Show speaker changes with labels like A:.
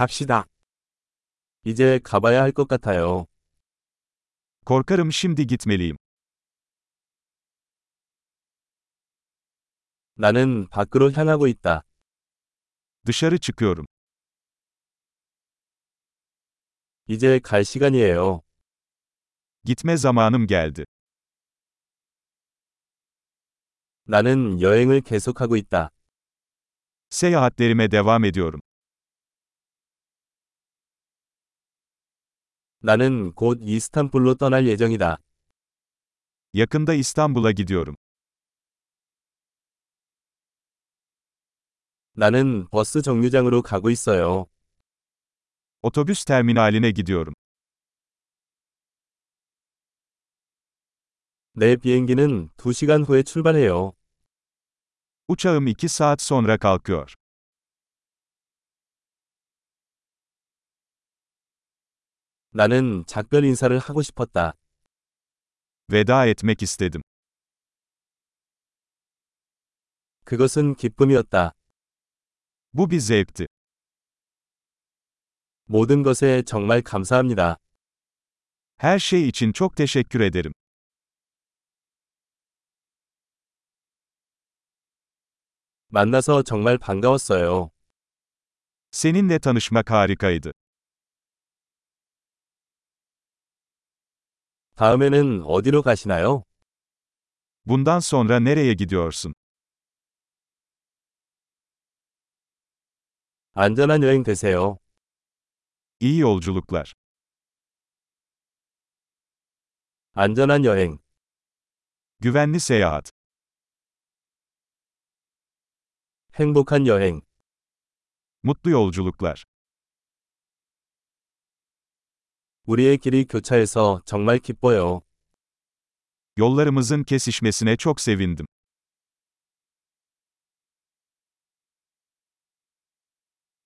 A: 갑시다. 이제 가봐야 할 것 같아요.
B: Korkarım şimdi gitmeliyim.
A: 나는 밖으로 향하고 있다.
B: Dışarı çıkıyorum.
A: 이제 갈 시간이에요.
B: Gitme zamanım geldi.
A: 나는 여행을 계속하고 있다.
B: Seyahatlerime devam ediyorum.
A: 나는 곧 이스탄불로 떠날 예정이다.
B: Yakında İstanbul'a gidiyorum.
A: 나는 버스 정류장으로 가고 있어요.
B: Otobüs terminaline gidiyorum.
A: 내 비행기는 2시간 후에 출발해요.
B: Uçağım 2 saat sonra kalkıyor.
A: 나는 작별 인사를 하고 싶었다.
B: Veda etmek istedim.
A: 그것은 기쁨이었다.
B: Bu bir zevkti.
A: 모든 것에 정말 감사합니다.
B: Her şey için çok teşekkür ederim.
A: 만나서 정말 반가웠어요.
B: Seninle tanışmak harikaydı.
A: 다음에는 어디로 가시나요?
B: Bundan sonra nereye gidiyorsun?
A: 안전한 여행 되세요.
B: İyi yolculuklar.
A: 안전한 여행.
B: Güvenli seyahat.
A: 행복한 여행.
B: Mutlu yolculuklar.
A: 우리의 길이 교차해서 정말 기뻐요.
B: Yollarımızın kesişmesine çok sevindim.